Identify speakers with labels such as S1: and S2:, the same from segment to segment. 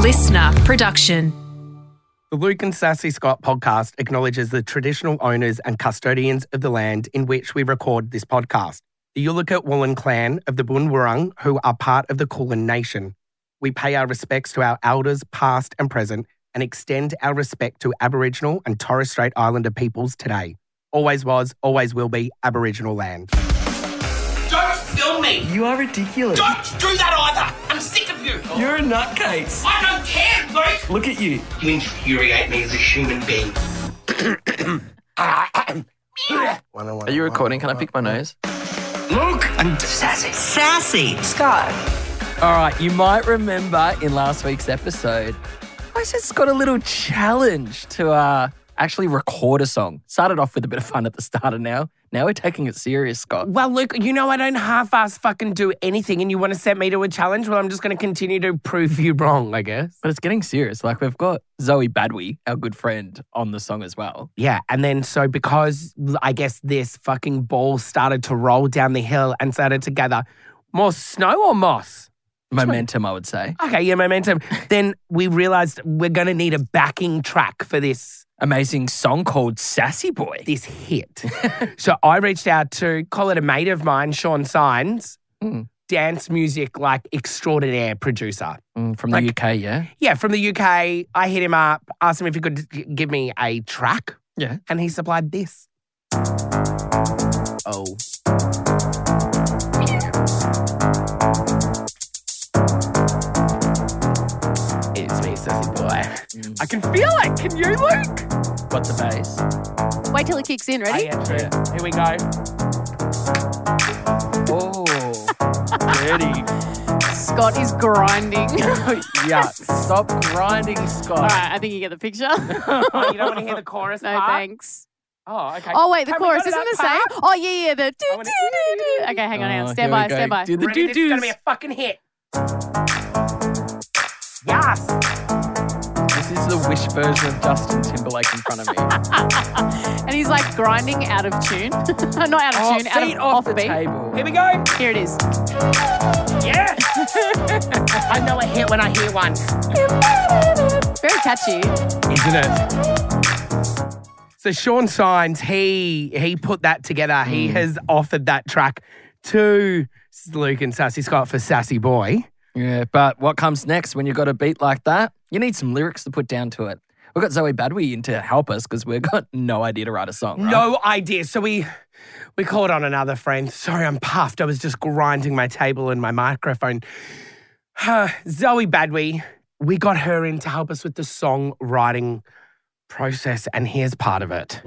S1: listener production.
S2: The Luke and Sassy Scott podcast acknowledges the traditional owners and custodians of the land in which we record this podcast, the Yulukat Woolen clan of the Boon Wurrung, who are part of the Kulin Nation. We pay our respects to our elders, past and present, and extend our respect to Aboriginal and Torres Strait Islander peoples today. Always was, always will be Aboriginal land.
S3: Don't film me.
S4: You are ridiculous.
S3: Don't do that either. I'm sick of you.
S4: You're a nutcase.
S3: I don't care, Luke.
S4: Look at you.
S3: You infuriate me as a human being.
S5: Are you recording? Can I pick my nose?
S3: Luke and Sassy.
S6: Sassy.
S5: All right, you might remember in last week's episode, I just got a little challenge to uh, actually record a song. Started off with a bit of fun at the start, and now now we're taking it serious, Scott.
S2: Well, Luke, you know I don't half-ass fucking do anything, and you want to set me to a challenge? Well, I'm just going to continue to prove you wrong, I guess.
S5: But it's getting serious. Like we've got Zoe Badwe, our good friend, on the song as well.
S2: Yeah, and then so because I guess this fucking ball started to roll down the hill and started to gather more snow or moss.
S5: Momentum, I would say.
S2: Okay, yeah, momentum. then we realized we're going to need a backing track for this
S5: Amazing song called Sassy Boy.
S2: this hit. so I reached out to call it a mate of mine, Sean Signs,
S5: Mm.
S2: dance music like extraordinaire producer.
S5: Mm, from the
S2: Like-
S5: UK, yeah?
S2: Yeah, from the UK. I hit him up, asked him if he could g- give me a track.
S5: Yeah.
S2: And he supplied this. Oh. It's me, sassy boy. I can feel it. Can you, Luke?
S5: What's Mm, the bass?
S7: Wait till it kicks in.
S2: I
S7: Ready?
S2: am true. Here we go.
S5: Oh, dirty.
S7: Scott is grinding. All
S5: yeah, stop grinding, Scott.
S7: right, I think you get the picture.
S2: Oh, you don't want to hear the chorus
S7: no
S2: part?
S7: thanks.
S2: Oh, okay.
S7: Oh wait, the
S2: Have we
S7: chorus
S2: got
S7: isn't
S2: that
S7: the same. Oh yeah, yeah. The do
S2: I
S7: do
S2: wanna-
S7: do do. Okay, hang on, hang
S5: Oh,
S7: on. Stand
S5: here we
S7: by,
S5: go.
S7: stand by.
S5: Do the
S2: Ready, this is gonna
S5: doo-doos.
S2: be a fucking hit. Yes.
S5: This is the wish version of Justin Timberlake in front of me.
S7: And he's like grinding out of tune, not out of
S5: Oh,
S7: tune, out
S5: feet
S7: of
S5: off the
S7: beat.
S5: table.
S2: Here we go.
S7: Here it is.
S2: Yes. I know a hit when I hear one.
S7: Very catchy.
S2: isn't it? So Sean Signs, he he put that together. He has offered that track to Luke and Sassy Scott for Sassy Boy.
S5: Yeah, but what comes next when you've got a beat like that? You need some lyrics to put down to it. We've got Zoe Badwe in to help us because we've got no idea to write a song. Right?
S2: No idea. So we we called on another friend. Sorry, I'm puffed. I was just grinding my table and my microphone. Uh, Zoe Badwe, we got her in to help us with the songwriting process, and here's part of it.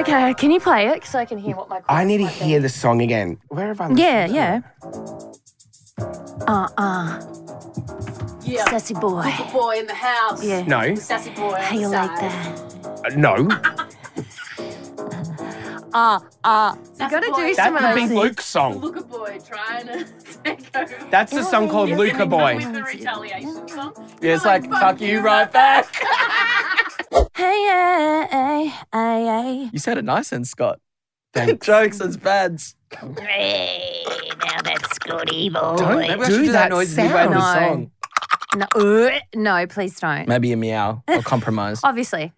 S8: Okay, can you play it so I can hear what my
S2: I need to hear the song again. Where have I? listened
S8: Yeah,
S2: to
S8: yeah.
S2: it?
S8: Uh uh.
S7: Yeah.
S8: Sassy boy.
S7: boy in the house.
S8: Yeah.
S2: No,
S7: Sassy boy.
S8: How you like that?
S2: uh, no.
S8: Uh uh. You gotta
S7: boy.
S8: do
S2: That
S8: some of
S2: could be
S8: those.
S2: Luke's song.
S7: Look a boy trying to take over.
S2: That's the
S8: Oh,
S2: song called Luca Boy.
S7: the retaliation song.
S5: Yeah, it's like, fuck you right back.
S8: Hey, hey, hey, hey,
S5: You sounded nice then, Scott. Jokes and bads.
S8: hey. Now that's good evil.
S2: Don't
S5: Maybe I should
S2: do that
S5: noise as we wait in the
S8: sound.
S5: song.
S8: No, uh, no, please don't.
S5: Maybe a meow or compromise.
S8: Obviously.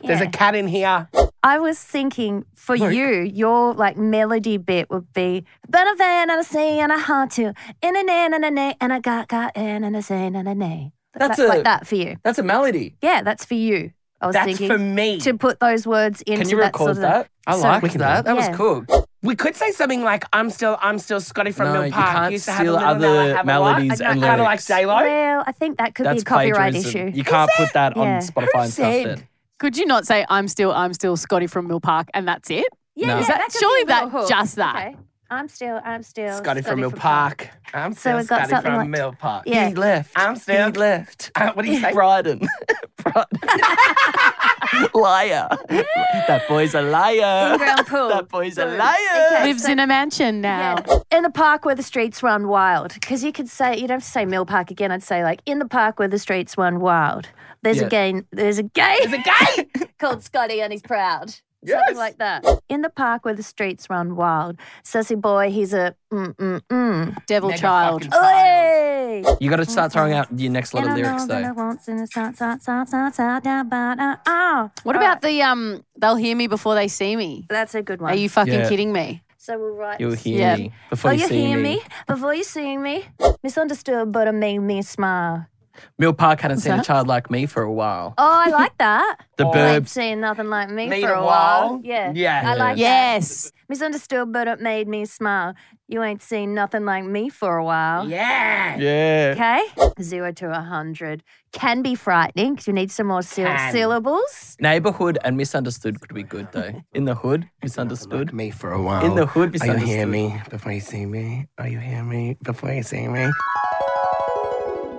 S2: There's a
S8: Yeah.
S2: cat in here.
S8: I was thinking for
S2: Luke.
S8: you, your like melody bit would be "Been a van and a sea and a heart to in a nan and a nay and a got got in and a zane and a nay."
S5: That's
S8: like,
S5: a-
S8: like that for you.
S5: That's a melody.
S8: Yeah, that's for you. I was
S2: That's
S8: thinking
S2: for me.
S8: to put those words into
S5: Can you
S8: that
S5: record
S8: sort of
S5: that? I
S8: So-
S5: like
S2: We can do
S5: that. That
S8: Yeah.
S5: was cool.
S2: We could say something like, "I'm still, I'm still Scotty from
S5: No,
S2: Mill
S5: you
S2: Park."
S5: can't
S2: Used to
S5: steal
S2: have a little, now
S5: other
S2: I have a lot."
S5: melodies
S2: I
S5: and
S2: know, Kind of like
S5: lyrics.
S2: Daylo.
S8: Well, I think that could
S5: That's
S8: be a copyright
S5: plagiarism.
S8: issue.
S5: You can't put that on
S8: Yeah.
S5: Spotify
S2: Who
S5: and stuff. Then.
S2: said?
S7: Could you not say I'm still I'm still Scotty from Mill Park and that's it?
S8: yeah,
S5: No.
S8: yeah,
S5: Is
S7: that-
S8: could be
S7: surely
S8: a little
S7: that- just that.
S8: Okay. I'm still, I'm still
S2: Scotty from Mill Park. I'm
S8: So
S2: still
S8: we've got
S2: Scotty
S8: something
S2: from
S8: like-
S2: Mill Park.
S8: Yeah.
S5: He left.
S2: I'm still-
S5: He left.
S2: Uh, what do you say?
S5: Bryden. Bryden. liar. that boy's a liar.
S8: Inground pool.
S5: That boy's a
S8: Boom.
S5: liar.
S8: Okay,
S7: Lives
S8: so-
S7: in a mansion now.
S8: Yeah. In the park where the streets run wild. Because you could say, you'd have to say Mill Park again. I'd say, like, in the park where the streets run wild. There's
S5: Yeah.
S8: a game, there's a game
S2: Is it gay?
S8: called Scotty and he's proud.
S2: Yes.
S8: Something like that. In the park where the streets run wild. Sassy boy, he's a mm mm mm.
S7: Devil
S2: Mega
S7: child.
S2: fucking
S8: Oi! Hey.
S5: You got to start throwing out your next lot
S8: And
S5: of
S8: I
S5: lyrics
S8: know that I
S5: though.
S8: want to start, start, start, start, start, da, ba, da, ah.
S7: What
S8: All
S7: about
S8: right,
S7: the um? They'll hear me before they see me.
S8: That's a good one.
S7: Are you fucking
S5: Yeah.
S7: kidding me?
S8: so we'll write.
S5: You'll hear
S7: Yeah.
S5: me
S8: Oh,
S5: before you
S8: you
S5: see
S8: hear
S5: me.
S8: me before you see me. Misunderstood, but it made me smile.
S5: Mill Park hadn't seen a
S7: that?
S5: child like me for a while.
S8: Oh, I like that.
S5: The
S8: I ain't
S5: Burbs.
S8: seen nothing like me
S2: Made
S8: for
S2: a
S8: a while.
S2: while?
S8: Yeah.
S5: Yeah.
S8: I like that.
S7: Yes.
S8: Misunderstood, but it made me smile. You ain't seen nothing like me for a while. Oh.
S2: Yeah.
S5: Yeah.
S8: Okay. Zero to a hundred can be frightening because you need some more syl-
S2: Can.
S8: syllables.
S5: Neighborhood and misunderstood could be good though. In the hood,
S2: Look
S5: misunderstood.
S2: me for a while.
S5: In the hood,
S2: Are you
S5: misunderstood.
S2: hear me before you see me? Are you hear me before you see me?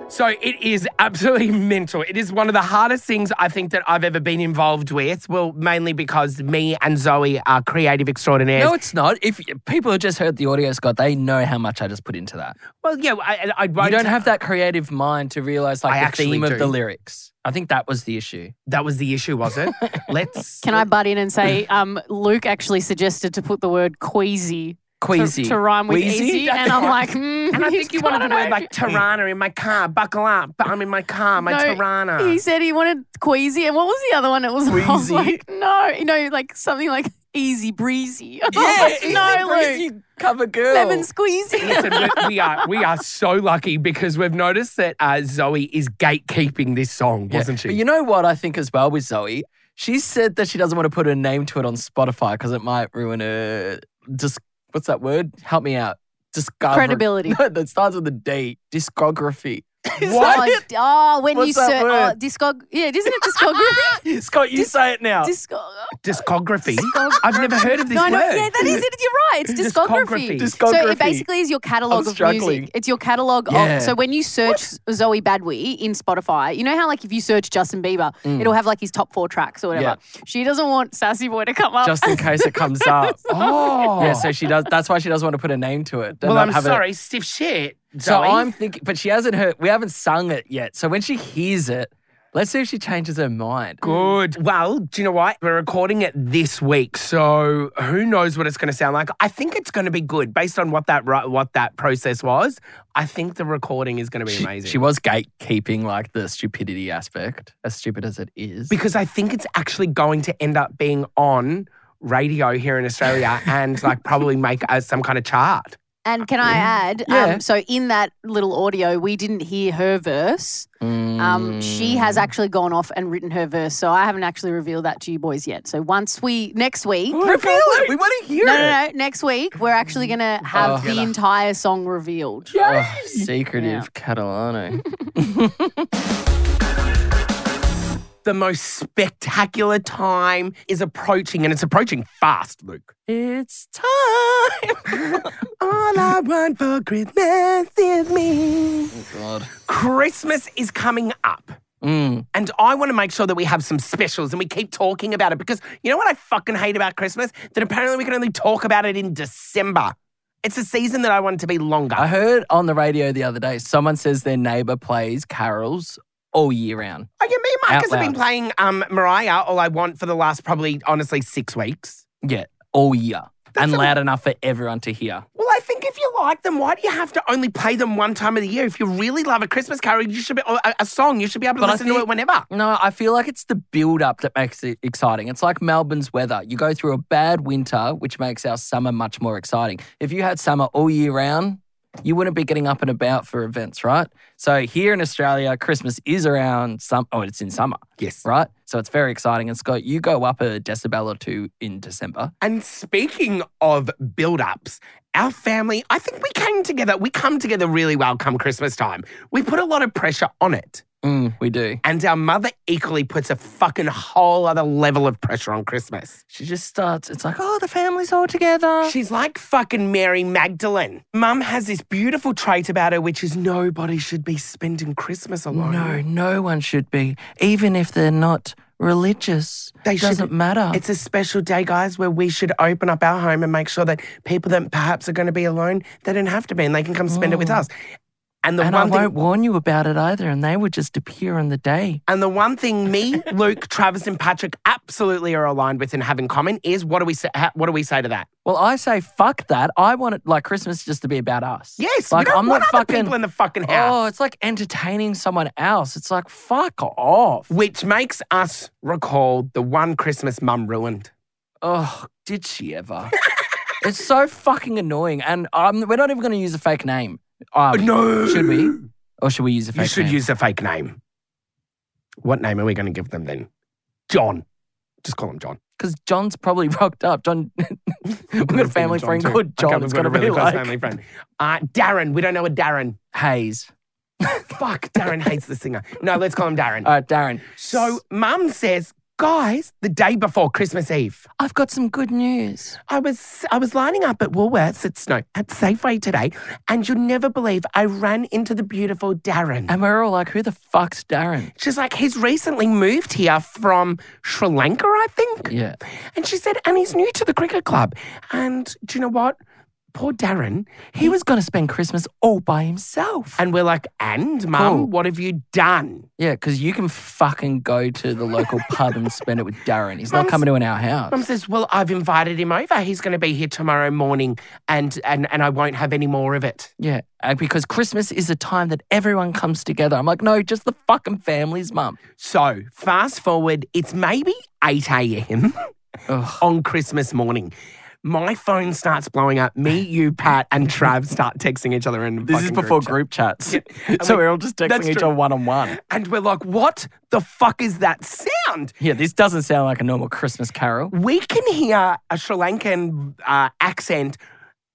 S2: So it is absolutely mental. It is one of the hardest things I think that I've ever been involved with. Well, mainly because me and Zoe are creative extraordinaires.
S5: No, it's not. If people who just heard the audio, Scott, they know how much I just put into that.
S2: well, yeah, I, I won't.
S5: You don't have that creative mind to realize like
S2: I
S5: the
S2: actually
S5: theme
S2: do.
S5: of the lyrics. I think that was the issue.
S2: That was the issue, was it? Let's.
S7: Can I butt in and say, um, Luke actually suggested to put the word queasy to-
S5: Queasy.
S7: To, rhyme with
S5: Wheezy?
S7: easy, and I'm like, mm,
S2: And I
S7: he's
S2: think you
S7: got
S2: wanted
S7: it.
S2: to word like Tirana in my car. Buckle up. I'm in my car. My
S7: No,
S2: Tirana.
S7: He said he wanted queasy, and what was the other one? It was, I was
S5: Wheezy?
S7: like, no, you know, like something like easy breezy. I was
S5: Yeah,
S7: like,
S5: easy
S7: no,
S5: breezy
S7: Luke,
S5: cover girl.
S7: lemon squeezy.
S2: Listen, we, we are we are so lucky because we've noticed that uh, Zoe is gatekeeping this song,
S5: Yeah.
S2: wasn't she?
S5: But you know what I think as well with Zoe? She said that she doesn't want to put her name to it on Spotify because it might ruin her. Dis- what's that word? Help me out. Discover-
S7: Credibility.
S5: No, that starts with a D. Discography. Is that
S7: Oh, d- oh, when
S5: What's
S7: you
S5: that
S7: search, oh,
S5: word?
S7: discog, yeah, isn't it discography?
S5: it? Scott, you
S7: dis-
S5: say it now.
S7: discog.
S2: Discography. I've never heard of this
S7: no,
S2: word.
S7: no, yeah, that is it. You're right. It's discography.
S5: Discography.
S7: So
S5: Discography.
S7: it basically is your
S5: I'm
S7: catalogue of
S5: struggling.
S7: music. It's your catalogue
S5: Yeah.
S7: of. So when you search Zoe Badwe in Spotify, you know how like if you search Justin Bieber,
S5: Mm.
S7: it'll have like his top four tracks or whatever. She doesn't want Sassy Boy to come up.
S5: Just in case it comes up.
S2: Oh.
S5: Yeah, so she does. That's why she doesn't want to put a name to it. and
S2: well,
S5: not
S2: I'm
S5: have it-
S2: sorry, stiff shit.
S5: So
S2: Zoe.
S5: I'm thinking, but she hasn't heard. We haven't sung it yet. So when she hears it, let's see if she changes her mind.
S2: good. Mm. Well, do you know what? We're recording it this week, so who knows what it's going to sound like? I think it's going to be good based on what that ri- what that process was. I think the recording is going to be
S5: She,
S2: amazing.
S5: she was gatekeeping like the stupidity aspect, as stupid as it is.
S2: because I think it's actually going to end up being on radio here in Australia and like probably make uh, some kind of chart.
S7: and can I add?
S5: Yeah.
S7: Um, so in that little audio, we didn't hear her verse.
S5: Mm.
S7: Um, She has actually gone off and written her verse. So I haven't actually revealed that to you boys yet. So once we next week.
S5: reveal it. We want to hear
S7: No,
S5: it.
S7: no, no. Next week, we're actually going to
S5: Oh.
S7: have the entire song revealed.
S5: Oh, secretive
S7: Yeah.
S5: Catalano.
S2: The most spectacular time is approaching and it's approaching fast, Luke.
S5: it's
S2: Oh,
S5: time.
S2: All I want for Christmas is me.
S5: God.
S2: Christmas is coming up.
S5: Mm.
S2: And I want to make sure that we have some specials and we keep talking about it because you know what I fucking hate about Christmas? That apparently we can only talk about it in December. It's a season that I want to be longer.
S5: I heard on the radio the other day someone says their neighbor plays carols all year round.
S2: Oh, yeah, me and Marcus
S5: Out
S2: have been
S5: loud.
S2: playing um, Mariah, all I want for the last probably, honestly, six weeks.
S5: Yeah, all year.
S2: That's
S5: and
S2: a-
S5: loud enough for everyone to hear.
S2: Well, I think if you like them, why do you have to only play them one time of the year? If you really love a Christmas carol, you should be or a, a song. You should be able to
S5: But I
S2: listen to
S5: think-
S2: it whenever.
S5: No, I feel like it's the build up that makes it exciting. It's like Melbourne's weather. You go through a bad winter, which makes our summer much more exciting. If you had summer all year round, you wouldn't be getting up and about for events, right? So here in Australia, Christmas is around some oh, it's in summer,
S2: Yes.
S5: right? So it's very exciting. And Scott, you go up a decibel or two in December.
S2: And speaking of build ups, our family, I think we came together. We come together really well come Christmas time. We put a lot of pressure on it.
S5: Mm, we do.
S2: And our mother equally puts a fucking whole other level of pressure on Christmas.
S5: She just starts, it's like, oh, the family's all together.
S2: She's like fucking Mary Magdalene. Mum has this beautiful trait about her, which is nobody should be spending Christmas alone.
S5: no, no one should be, even if they're not religious.
S2: They
S5: doesn't
S2: should-
S5: matter.
S2: It's a special day, guys, where we should open up our home and make sure that people that perhaps are going to be alone, they don't have to be and they can come spend it with us. And the
S5: Oh. and I
S2: one
S5: won't
S2: thing,
S5: warn you about it either. And they would just appear on the day.
S2: and the one thing me, Luke, Travis, and Patrick absolutely are aligned with and have in common is what do we say? ha- What do we say to that?
S5: Well, I say fuck that. I want it like Christmas just to be about us.
S2: Yes,
S5: like
S2: we don't
S5: I'm
S2: want
S5: not
S2: other
S5: fucking.
S2: people in the fucking
S5: oh,
S2: house,
S5: it's like entertaining someone else. It's like fuck off.
S2: which makes us recall the one Christmas mum ruined.
S5: Oh, did she ever? it's so fucking annoying. And um, we're not even going to use a fake name. Um,
S2: no,
S5: Should we? Or should we use a fake
S2: You should
S5: name?
S2: use a fake name. What name are we going to give them then? John. Just call him John.
S5: Because John's probably rocked up. John, we've got a family friend
S2: too.
S5: called John.
S2: Okay, we've
S5: it's
S2: got
S5: going
S2: a
S5: to
S2: really
S5: be
S2: close
S5: like
S2: family friend. Uh, Darren. We don't know a Darren.
S5: Hayes.
S2: Fuck, Darren hates the singer. No, let's call him Darren.
S5: All right, Darren.
S2: so, mum says, guys, the day before Christmas Eve,
S5: I've got some good news.
S2: I was I was lining up at Woolworths at Snow at Safeway today, and you'll never believe I ran into the beautiful Darren.
S5: And we're all like, who the fuck's Darren?
S2: She's like, he's recently moved here from Sri Lanka, I think.
S5: Yeah.
S2: And she said, and he's new to the cricket club. And do you know what? Poor Darren.
S5: He was going to spend Christmas all by himself.
S2: And we're like, and mum,
S5: Mm. Cool.
S2: what have you done?
S5: yeah, because you can fucking go to the local pub and spend it with Darren. He's not
S2: Mum's-
S5: coming to an our house.
S2: Mum says, well, I've invited him over. He's going to be here tomorrow morning and, and, and I won't have any more of it.
S5: yeah, and because Christmas is a time that everyone comes together. I'm like, no, just the fucking families, mum.
S2: So fast forward, it's maybe 8 a.m.
S5: Ugh.
S2: on Christmas morning. My phone starts blowing up. Me, you, Pat, and Trav start texting each other. In fucking chat.
S5: chats.
S2: So we're
S5: all just
S2: texting each other
S5: one on one.
S2: And we're like, what the fuck is that sound?
S5: Yeah, this doesn't sound like a normal Christmas carol.
S2: we can hear a Sri Lankan uh, accent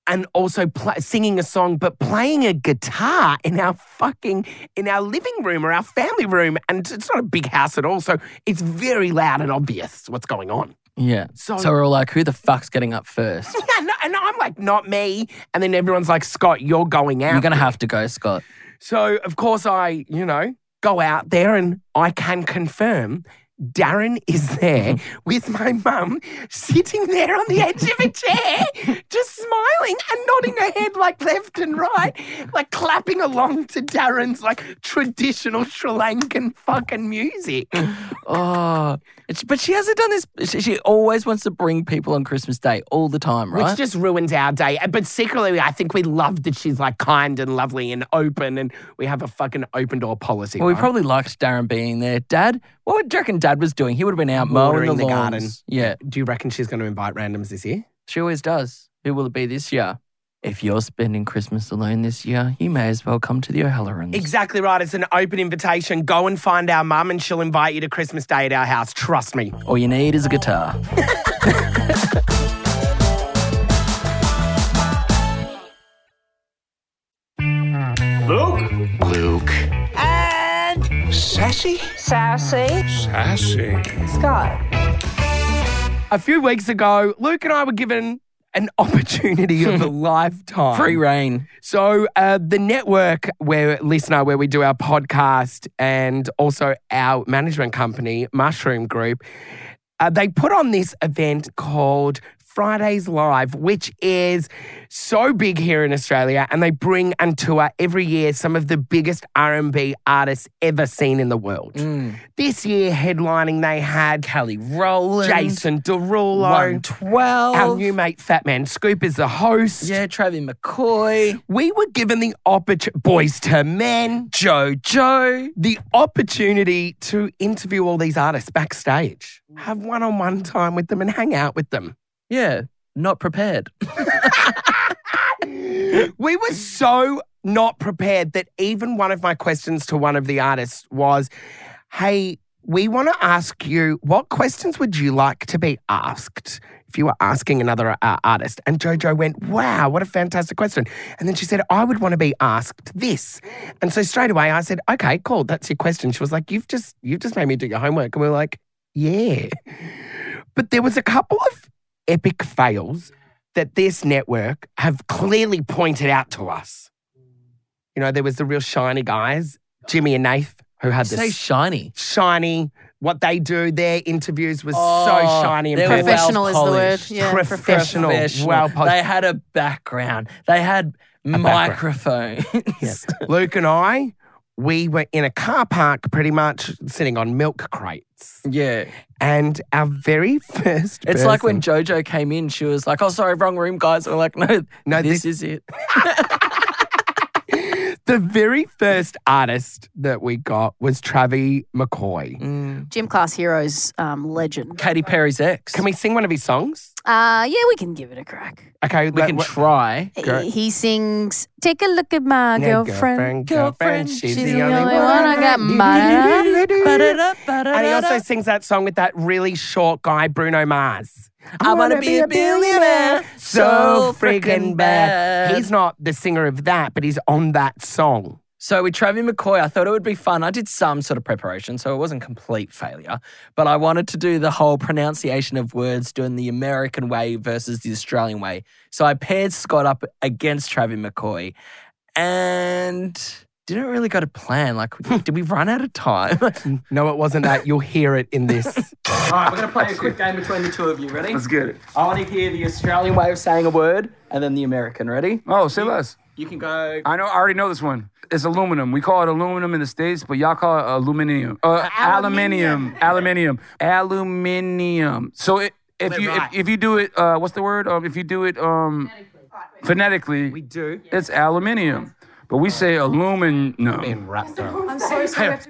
S2: and also pl- singing a song, but playing a guitar in our fucking in our living room or our family room, and it's not a big house at all, so it's very loud and obvious what's going on.
S5: Yeah.
S2: So,
S5: So we're all like, who the fuck's getting up first?
S2: yeah, no, and I'm like, not me. And then everyone's like, Scott, you're going out.
S5: You're going to have to go, Scott.
S2: so of course I, you know, go out there and I can confirm. Darren is there with my mum sitting there on the edge of a chair, just smiling and nodding her head like left and right, like clapping along to Darren's like traditional Sri Lankan fucking music.
S5: Oh, it's, but she hasn't done this. She, she always wants to bring people on Christmas Day all the time, right?
S2: Which just ruins our day. Uh, But secretly, I think we love that she's like kind and lovely and open, and we have a fucking open door policy.
S5: well, we
S2: right?
S5: probably liked Darren being there. Dad, what would do you reckon Dad was doing? He would have been out mowing
S2: Watering
S5: the,
S2: the
S5: lawns.
S2: garden.
S5: Yeah,
S2: Do you reckon she's going to invite randoms this year?
S5: she always does. Who will it be this year? If you're spending Christmas alone this year, you may as well come to the O'Halloran's.
S2: Exactly right. It's an open invitation. Go and find our mum, and she'll invite you to Christmas Day at our house. Trust me.
S5: All you need is a guitar.
S3: Luke? Luke. And sassy?
S2: A few weeks ago, Luke and I were given an opportunity of a lifetime.
S5: Free reign.
S2: So, uh, the network where listener, where we do our podcast, and also our management company, Mushroom Group, uh, they put on this event called Fridays Live, which is so big here in Australia, and they bring and tour every year some of the biggest R&B artists ever seen in the world. This year, headlining, they had
S5: Mm. Kelly Rowland.
S2: Jason Derulo.
S5: 112.
S2: Our new mate, Fat Man Scoop, is the host.
S5: yeah, Travis McCoy.
S2: We were given the opportunity, boys to men,
S5: JoJo.
S2: the opportunity to interview all these artists backstage, have one on one time with them and hang out with them.
S5: Yeah, not prepared.
S2: we were so not prepared that even one of my questions to one of the artists was Hey, we want to ask you what questions would you like to be asked? If you were asking another uh, artist, and JoJo went, Wow, what a fantastic question. And then she said, I would want to be asked this. And so straight away I said, Okay, cool, that's your question. She was like, You've just you've just made me do your homework. And we were like, Yeah. But there was a couple of epic fails that this network have clearly pointed out to us. You know, there was the real shiny guys, Jimmy and Nath, who had
S5: You say
S2: this
S5: shiny.
S2: shiny, what they do, their interviews was
S5: Oh,
S2: so shiny and
S5: they were
S2: perfect.
S5: well
S7: Professional is the word.
S5: polished.
S7: Yeah,
S2: Professional.
S5: Professional.
S2: Well polished.
S5: they had a background. They had microphones.
S2: Luke and I, we were in a car park pretty much sitting on milk crates.
S5: yeah.
S2: And our very first
S5: It's like when
S2: person-
S5: JoJo came in, she was like, oh, sorry, wrong room, guys. And we're like, no,
S2: No,
S5: this,
S2: this-
S5: is it.
S2: the very first artist that we got was Travi McCoy.
S5: Mm.
S7: Gym class heroes um, legend.
S5: Katy Perry's ex.
S2: Can we sing one of his songs?
S7: Uh, yeah, we can give it a crack.
S2: Okay,
S5: we
S2: let-
S5: can
S2: what-
S5: try.
S2: Go.
S7: He, he sings, "Take a look at my
S2: Yeah,
S7: girlfriend.
S2: girlfriend, girlfriend, she's, the only one
S7: I got.
S2: I
S5: Ba-da-da, ba-da-da-da.
S2: And he also sings that song with that really short guy, Bruno Mars.
S5: I wanna be a billionaire so freaking bad.
S2: He's not the singer of that, but he's on that song.
S5: So with Travis McCoy, I thought it would be fun. I did some sort of preparation, so it wasn't complete failure, but I wanted to do the whole pronunciation of words doing the American way versus the Australian way. So I paired Scott up against Travis McCoy and didn't really got a plan. Like, did we run out of time?
S2: No, it wasn't that. You'll hear it in this.
S5: All right, we're going to play a quick game between the two of you. Ready?
S1: Let's get it.
S5: I want to hear the Australian way of saying a word and then the American. Ready?
S1: Oh, say less.
S5: You can go.
S1: I know. I already know this one. It's aluminum. We call it aluminum in the states, but y'all call it aluminium. Uh, aluminium. Aluminium. Aluminium. So it, if you
S2: right.
S1: if, if you do it, uh, what's the word? Um, if you do it um, phonetically,
S2: we do.
S1: it's aluminium. But we say aluminum.
S2: Rap though.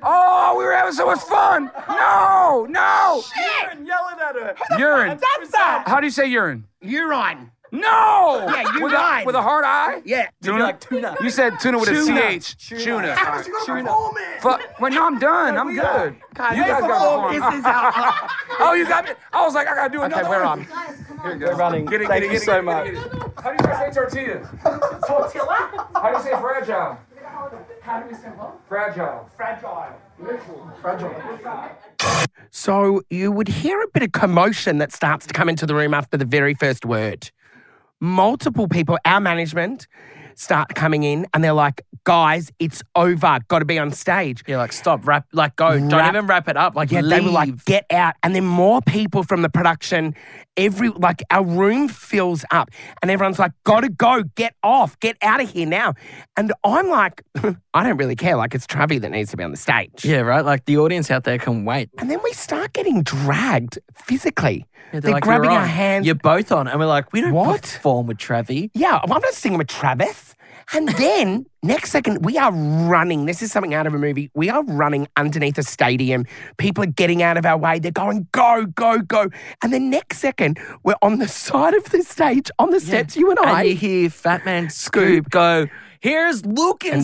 S1: Oh, we were having so much fun. No, no. Urine, yelling at her. Urine. How do you say urine?
S2: Urine.
S1: No.
S2: Yeah,
S1: With a,
S2: urine.
S1: with a hard eye.
S2: Yeah.
S1: Tuna? You said tuna with a CH. Tuna. tuna. Fuck. Well, no, I'm done. I'm good. you guys got
S2: This
S1: to
S2: is our.
S1: Oh, you got me. I was like, I gotta do another
S5: we're
S1: one.
S5: on. We're running.
S1: Get it,
S5: Thank
S1: get
S5: you
S1: it,
S5: so
S1: get
S5: much.
S1: it, get it, get it. How do you guys say tortilla? tortilla? How do you say fragile? Fragile.
S2: So you would hear a bit of commotion that starts to come into the room after the very first word. Multiple people, our management, start coming in and they're like, guys, it's over. Got to be on stage.
S5: Yeah, like stop, wrap, like go. Don't
S2: Wrap-
S5: even wrap it up. Like
S2: Yeah, they were like,
S5: leave.
S2: get out. And then more people from the production, every like our room fills up and everyone's like, gotta go, get off, get out of here now. And I'm like, I don't really care. Like it's Travi that needs to be on the stage.
S5: Yeah, right. Like the audience out there can wait.
S2: And then we start getting dragged physically.
S5: Yeah,
S2: they're grabbing
S5: "You're
S2: our
S5: on.
S2: hands.
S5: You're both on, and we're like, we don't
S2: What?
S5: perform with Travi.
S2: Yeah, well, I'm not singing with Travis. And then next second, we are running. This is something out of a movie. We are running underneath a stadium. People are getting out of our way. They're going, go, go, go. And the next second, we're on the side of the stage, on the steps, you and I.
S5: And you hear Fat Man Scoop go, "Here's Luke and,
S2: And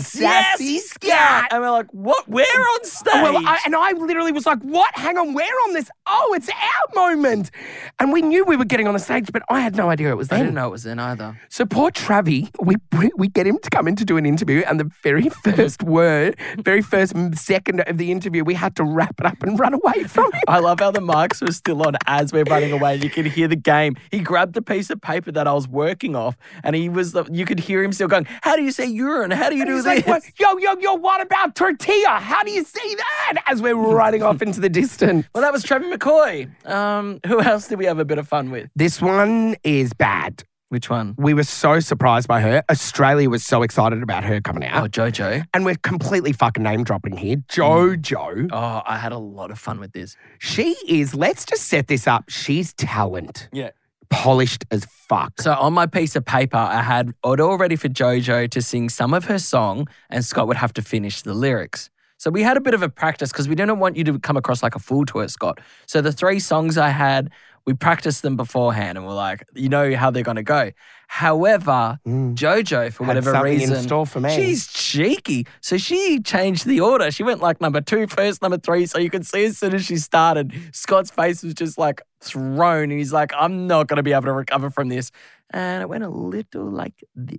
S2: Sassy
S5: Sassy Scat,"
S2: Scat.
S5: and we're like, "What? Oh, We're on stage."
S2: Well, I, and I literally was like, what? Hang on, we're on this. Oh, it's our moment. And we knew we were getting on the stage, but I had no idea it was
S5: I
S2: them.
S5: didn't know it was in either.
S2: So poor Travi, we we get him to come in to do an interview, and the very first word, very first m- second of the interview, we had to wrap it up and run away from it.
S5: I love how the mics were still on as we're running away. You could hear the game. He grabbed the piece of paper that I was working off, and he was. The, you could hear him still going, "How do you say urine? How do you
S2: And
S5: do
S2: he's like,
S5: this?"
S2: "What- yo, yo, yo, what about tortilla? How do you say that? As we're running off into the distance.
S5: Well, that was Trevor McCoy. Um, who else did we have a bit of fun with?
S2: This one is bad.
S5: Which one?
S2: We were so surprised by her. Australia was so excited about her coming
S5: Oh,
S2: out.
S5: JoJo.
S2: and we're completely fucking name dropping here. JoJo.
S5: Oh, I had a lot of fun with this.
S2: She is, let's just set this up. She's talent.
S5: Yeah.
S2: Polished as fuck.
S5: So on my piece of paper, I had it all ready for JoJo to sing some of her song, and Scott would have to finish the lyrics. So we had a bit of a practice because we didn't want you to come across like a fool to it, Scott. So the three songs I had, we practiced them beforehand, and we're like, you know how they're going to go. However, JoJo, for
S2: Had
S5: whatever
S2: something in
S5: reason,
S2: store for me.
S5: she's cheeky. So she changed the order. She went like number two first, number three. So you could see as soon as she started, Scott's face was just like thrown. And he's like, I'm not going to be able to recover from this. And it went a little like this.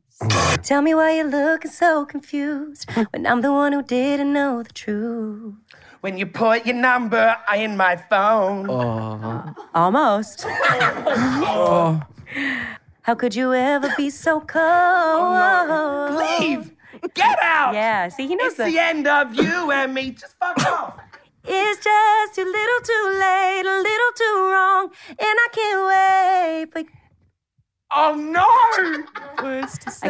S8: Tell me why you're looking so confused
S6: Hmm.
S8: when I'm the one who didn't know the truth.
S2: When you put your number in my phone.
S5: Oh,
S8: Uh, Almost.
S2: Oh.
S8: How could you ever be so cold?
S2: Oh, Leave! Get out!
S8: Yeah, see, he knows
S2: It's the end of you and me. Just fuck off.
S8: It's just a little too late, a little too wrong, and I can't wait. But
S1: Oh no!
S6: I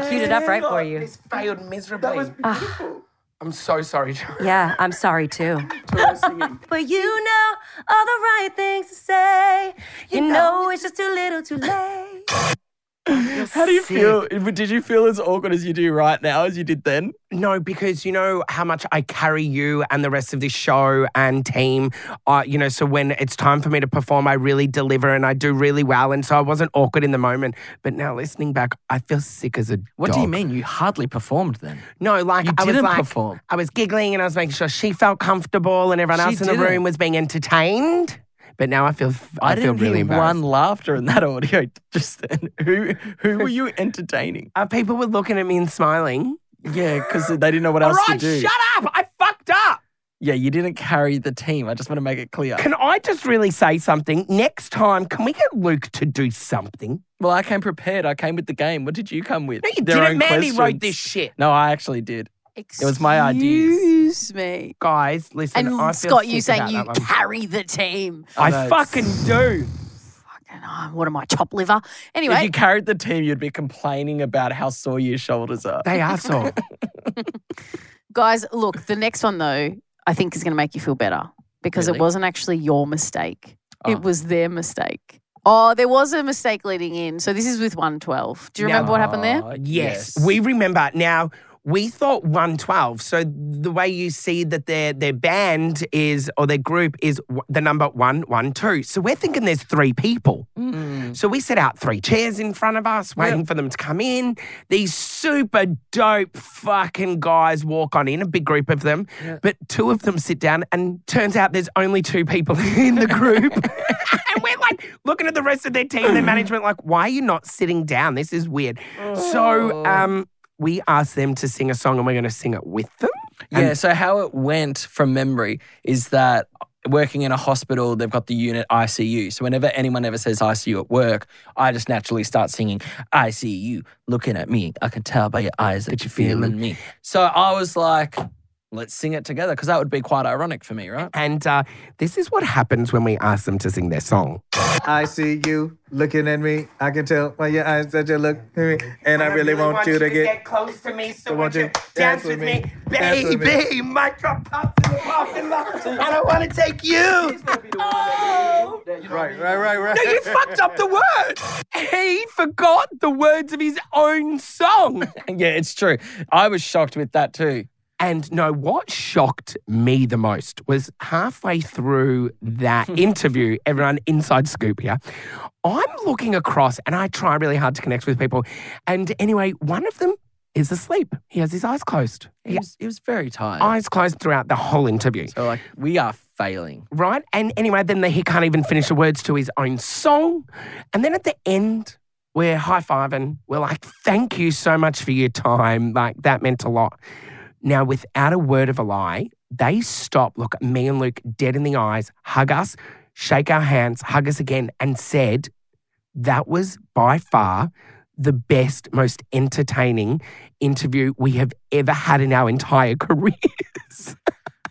S6: queued it up right for you.
S2: This failed miserably. I'm so sorry, Joe.
S6: Yeah, I'm sorry too.
S8: But you know all the right things to say. You know it's just too little too late.
S5: How do you feel? Did you feel as awkward as you do right now as you did then?
S2: No, because you know how much I carry you and the rest of this show and team. Uh, you know, so when it's time for me to perform, I really deliver and I do really well. And so I wasn't awkward in the moment. But now listening back, I feel sick as a
S5: What do you
S2: dog.
S5: mean? You hardly performed then.
S2: No, like
S5: You
S2: I was
S5: didn't
S2: like
S5: perform.
S2: I was giggling and I was making sure she felt comfortable and everyone
S5: She
S2: else in the
S5: didn't.
S2: room was being entertained. But now I feel I,
S5: I,
S2: feel
S5: didn't
S2: really
S5: hear
S2: embarrassed.
S5: one laughter in that audio just then. Who who were you entertaining?
S2: Uh, people were looking at me and smiling.
S5: Yeah, because they didn't know what
S2: All
S5: else
S2: right,
S5: to do.
S2: shut up! I fucked up.
S5: Yeah, you didn't carry the team. I just want to make it clear.
S2: Can I just really say something? Next time, can we get Luke to do something?
S5: well, I came prepared. I came with the game. What did you come with?
S2: No, you
S5: Their
S2: didn't.
S5: own
S2: Mandy wrote
S5: questions.
S2: this shit.
S5: No, I actually did.
S7: Excuse
S5: It was my ideas.
S7: Excuse me.
S2: Guys, listen.
S7: And
S2: I feel
S7: Scott, you
S2: sick
S7: saying
S2: about
S7: you
S2: that one.
S7: carry the team.
S5: I
S2: I
S5: know,
S2: fucking do.
S7: Fucking, oh, what am I, chop liver?
S5: If
S7: Anyway,
S5: you carried the team, you'd be complaining about how sore your shoulders are.
S2: They are so.
S7: guys, look, the next one though, I think is going to make you feel better because
S5: Really?
S7: it wasn't actually your mistake.
S5: Oh.
S7: It was their mistake. Oh, there was a mistake leading in. So this is with 112. Do you
S2: Now-
S7: remember what happened there?
S5: Oh,
S2: Yes, we remember. Now we thought 112. So the way you see that their their band is or their group is w- the number 112. So we're thinking there's three people.
S5: Mm.
S2: So we set out three chairs in front of us, waiting for them to come in. These super dope fucking guys walk on in, a big group of them, but two of them sit down, and turns out there's only two people in the group. and we're like looking at the rest of their team, their management, like, why are you not sitting down? This is weird. So, um, we asked them to sing a song and we're going to sing it with them.
S5: Yeah, so how it went from memory is that working in a hospital, they've got the unit ICU. So whenever anyone ever says ICU at work, I just naturally start singing ICU, looking at me. I can tell by your eyes that you're feeling me. So I was like, let's sing it together because that would be quite ironic for me, right?
S2: And uh, this is what happens when we ask them to sing their song.
S9: I see you looking at me. I can tell by your eyes that you look at me. And I really want you to get.
S2: close to me. So
S9: I want you to dance with me, dance with me.
S2: baby. My drop pops in the parking lot, and I want to take you. Oh.
S9: Right, right, right, right.
S2: No, you fucked up the word. He forgot the words of his own song.
S5: Yeah, it's true. I was shocked with that too.
S2: And no, what shocked me the most was halfway through that interview, everyone inside scoop here. I'm looking across and I try really hard to connect with people. And anyway, one of them is asleep. He has his eyes closed.
S5: It, was, it was very tired.
S2: Eyes closed throughout the whole interview.
S5: so like, we are failing.
S2: Right? And anyway, then the, he can't even finish the words to his own song. And then at the end, we're high fiving. We're like, thank you so much for your time. Like, that meant a lot. Now, without a word of a lie, they stop, look at me and Luke dead in the eyes, hug us, shake our hands, hug us again, and said, that was by far the best, most entertaining interview we have ever had in our entire career.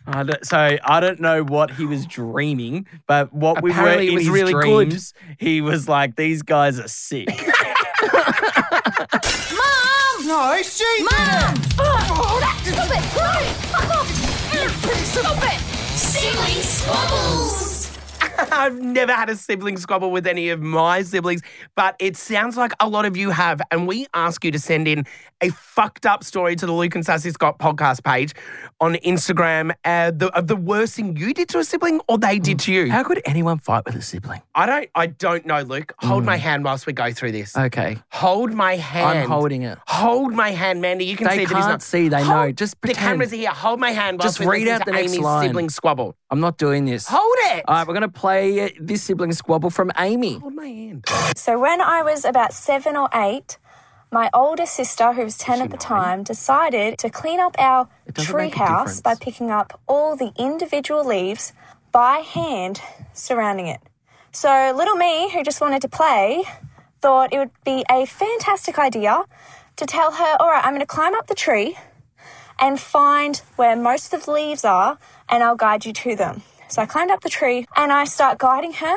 S5: I don't, so I don't know what he was dreaming, but what
S2: Apparently it
S5: we were in
S2: was
S5: his
S2: really good.
S5: dreams, he was like, "These guys are sick."
S8: Mom!
S9: No, she.
S8: Mom! Fuck! Stop it! Hurry! Fuck off! Stop it! Silly squabbles!
S2: I've never had a sibling squabble with any of my siblings, but it sounds like a lot of you have. And we ask you to send in a fucked up story to the Luke and Sassy Scott podcast page on Instagram uh, the, of the worst thing you did to a sibling or they did to you.
S5: Mm. How could anyone fight with a sibling?
S2: I don't, I don't know, Luke. Hold my hand whilst we go through this.
S5: Mm. Okay,
S2: Hold my hand.
S5: I'm holding it.
S2: Hold my hand, Mandy. You can
S5: They
S2: see that he's
S5: can't
S2: not.
S5: see, they know.
S2: Hold,
S5: Just
S2: The cameras
S5: pretend.
S2: are here. Hold my hand. Whilst
S5: Just
S2: we
S5: read
S2: listen
S5: out
S2: to
S5: the next
S2: Amy's
S5: line. Uh,
S2: sibling squabble.
S5: I'm not doing this.
S2: Hold it.
S5: All right, we're gonna play this sibling squabble from Amy.
S2: Hold my hand.
S10: So when I was about seven or eight, my older sister, who was 10 at the time, decided to clean up our
S5: doesn't
S10: tree
S5: make a difference.
S10: house by picking up all the individual leaves by hand surrounding it. So little me, who just wanted to play, thought it would be a fantastic idea to tell her, all right, I'm going to climb up the tree and find where most of the leaves are and I'll guide you to them. So I climbed up the tree and I start guiding her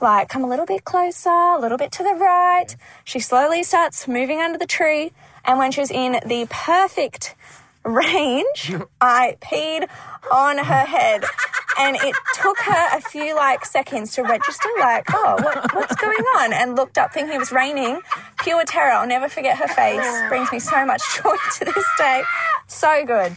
S10: like come a little bit closer, a little bit to the right. She slowly starts moving under the tree, and when she was in the perfect range, I peed on her head. And it took her a few like seconds to register, like, oh, what, what's going on? And looked up, thinking it was raining. Pure terror. I'll never forget her face. Brings me so much joy to this day. So good.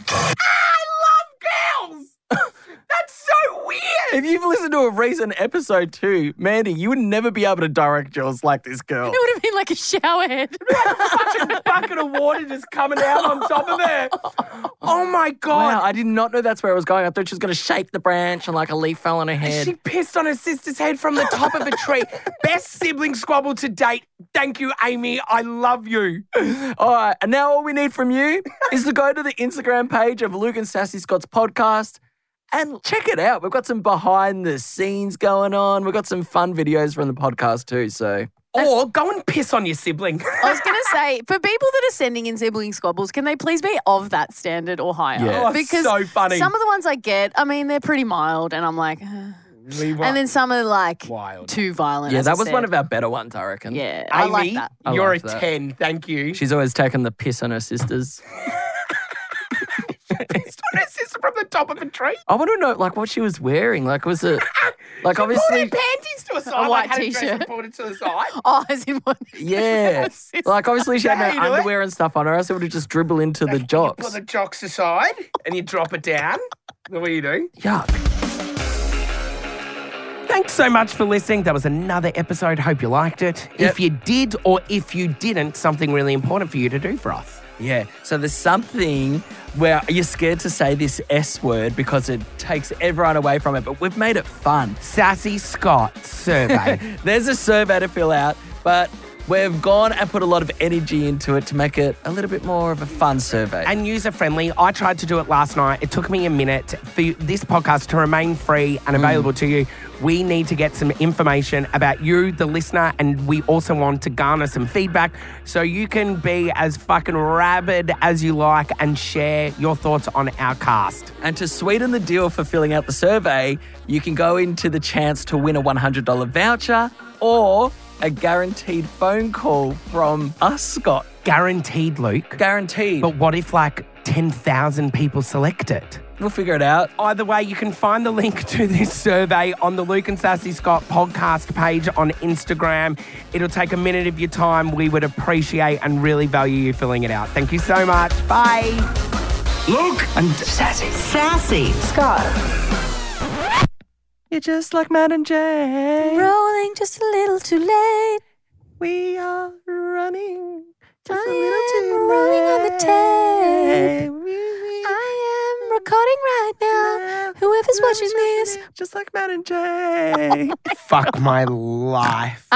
S5: That's so weird. If you've listened to a recent episode too, Mandy, you would never be able to direct yours like this girl.
S7: It would have been like a showerhead.
S2: bucket of water just coming out on top of it. Oh my
S5: Wow,
S2: god.
S5: I did not know that's where it was going. I thought she was going to shake the branch and like a leaf fell on her head.
S2: She pissed on her sister's head from the top of a tree. Best sibling squabble to date. Thank you, Amy. I love you.
S5: All right, and now all we need from you is to go to the Instagram page of Luke and Sassy Scott's podcast and check it out. We've got some behind the scenes going on. We've got some fun videos from the podcast too. So
S2: Or go and piss on your sibling.
S7: I was going to say, for people that are sending in sibling squabbles, can they please be of that standard or higher?
S5: Yeah.
S2: Oh,
S7: Because
S2: so funny.
S7: some of the ones I get, I mean, they're pretty mild, and I'm like,
S2: We were
S7: and then some are like
S2: wild.
S7: too violent.
S5: yeah,
S7: as I
S5: that was one
S7: said.
S5: of our better ones, I reckon.
S7: Yeah, I
S2: Amy,
S7: like that.
S5: I
S2: you're a
S5: like that.
S2: 10. Thank you.
S5: She's always taking the piss on her sisters.
S2: pissed on her sister from the top of a tree.
S5: I want to know like what she was wearing. Like was it like obviously
S2: panties to a side.
S7: A white
S2: like, had dress
S7: t-shirt.
S2: and pulled it to the side.
S7: Oh, as in one.
S5: Yeah. like obviously she had
S2: How you
S5: no
S2: do it?
S5: underwear and stuff on her, else it would have just dribble into the
S2: Put
S5: jocks.
S2: the jocks aside and you drop it down. The way you do.
S5: Yuck.
S2: Thanks so much for listening. That was another episode. Hope you liked it. If you did or if you didn't, something really important for you to do for us.
S5: Yeah. So there's something where you're scared to say this S word because it takes everyone away from it, but we've made it fun.
S2: Sassy Scott survey.
S5: There's a survey to fill out, but we've gone and put a lot of energy into it to make it a little bit more of a fun survey.
S2: and user friendly. I tried to do it last night. It took me a minute for you- this podcast to remain free and available to you. We need to get some information about you, the listener, and we also want to garner some feedback so you can be as fucking rabid as you like and share your thoughts on our cast.
S5: And to sweeten the deal for filling out the survey, you can go into the chance to win a $100 voucher or a guaranteed phone call from us, Scott.
S2: Guaranteed, Luke.
S5: Guaranteed.
S2: But what if like 10,000 people select it?
S5: we'll figure it out.
S2: Either way, you can find the link to this survey on the Luke and Sassy Scott podcast page on Instagram. It'll take a minute of your time. We would appreciate and really value you filling it out. Thank you so much. Bye.
S3: Sassy.
S5: You're just like Matt and Jay.
S6: Rolling just a little too late.
S5: We are running just
S6: I am rolling on the tape. I
S5: Mm,
S6: am recording right now. Whoever's watching this,
S5: just like Matt and Jay.
S2: Fuck my life.